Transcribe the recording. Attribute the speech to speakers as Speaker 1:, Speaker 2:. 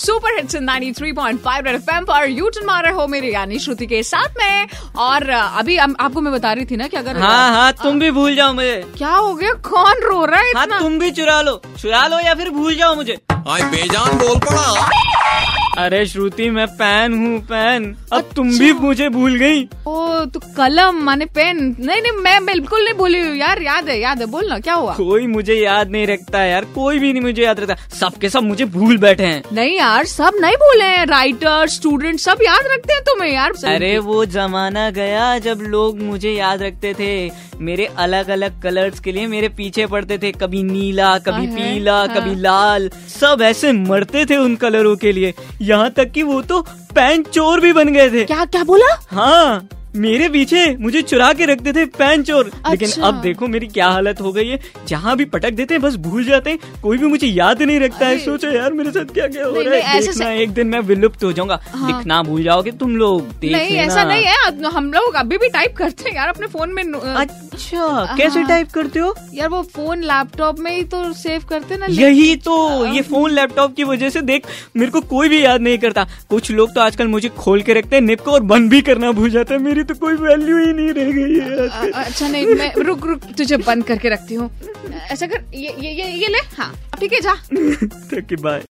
Speaker 1: Super hits 93.5 Red FM पर U turn मार रहे हो मेरी यानी श्रुति के साथ में और अभी हम- आपको मैं बता रही थी ना कि अगर
Speaker 2: हाँ हाँ तुम भी भूल जाओ मुझे
Speaker 1: क्या हो गया कौन रो रहा है
Speaker 2: हाँ
Speaker 1: इतना
Speaker 2: तुम भी चुरा लो चुरा लो या फिर भूल जाओ मुझे
Speaker 3: आए बेजान बोल पड़ा
Speaker 2: अरे श्रुति मैं पैन हूँ पैन अब तुम भी मुझे भूल गई
Speaker 1: ओ तो कलम माने पेन नहीं नहीं मैं बिल्कुल नहीं भूली हूँ यार याद है याद है बोलना क्या हुआ
Speaker 2: कोई मुझे याद नहीं रखता यार कोई भी नहीं मुझे याद रखता सबके सब मुझे भूल बैठे हैं
Speaker 1: नहीं यार सब नहीं भूले हैं राइटर स्टूडेंट सब याद रखते हैं तुम्हें यार
Speaker 2: अरे वो जमाना गया जब लोग मुझे याद रखते थे मेरे अलग अलग कलर्स के लिए मेरे पीछे पड़ते थे कभी नीला कभी
Speaker 1: हाँ,
Speaker 2: पीला
Speaker 1: हाँ।
Speaker 2: कभी लाल सब ऐसे मरते थे उन कलरों के लिए यहाँ तक कि वो तो पैन चोर भी बन गए थे
Speaker 1: क्या क्या बोला
Speaker 2: हाँ मेरे पीछे मुझे चुरा के रखते थे पैन चोर लेकिन
Speaker 1: अच्छा।
Speaker 2: अब देखो मेरी क्या हालत हो गई है जहाँ भी पटक देते हैं बस भूल जाते हैं कोई भी मुझे याद नहीं रखता है
Speaker 1: अरे।
Speaker 2: सोचो यार मेरे साथ क्या क्या हो
Speaker 1: नहीं,
Speaker 2: रहा
Speaker 1: नहीं,
Speaker 2: है
Speaker 1: ऐसे
Speaker 2: देखना एक दिन मैं विलुप्त हो जाऊंगा
Speaker 1: हाँ।
Speaker 2: लिखना भूल जाओगे तुम लोग देख
Speaker 1: नहीं
Speaker 2: लेना।
Speaker 1: ऐसा नहीं है अब हम लोग अभी भी टाइप करते हैं यार अपने फोन में नो- हाँ।
Speaker 2: अच्छा कैसे टाइप करते हो
Speaker 1: यार वो फोन लैपटॉप में ही तो सेव करते हैं ना
Speaker 2: यही तो
Speaker 1: हाँ।
Speaker 2: ये फोन लैपटॉप की वजह से देख मेरे को कोई भी याद नहीं करता कुछ लोग तो आजकल मुझे खोल के रखते हैं निप को और बंद भी करना भूल जाते हैं मेरी तो कोई वैल्यू ही नहीं रह गई है आजकल।
Speaker 1: अ- अच्छा नहीं मैं रुक रुक तुझे बंद करके रखती हूँ ऐसा कर ये ये ये, ये ले हाँ ठीक है जा
Speaker 2: ठीक है बाय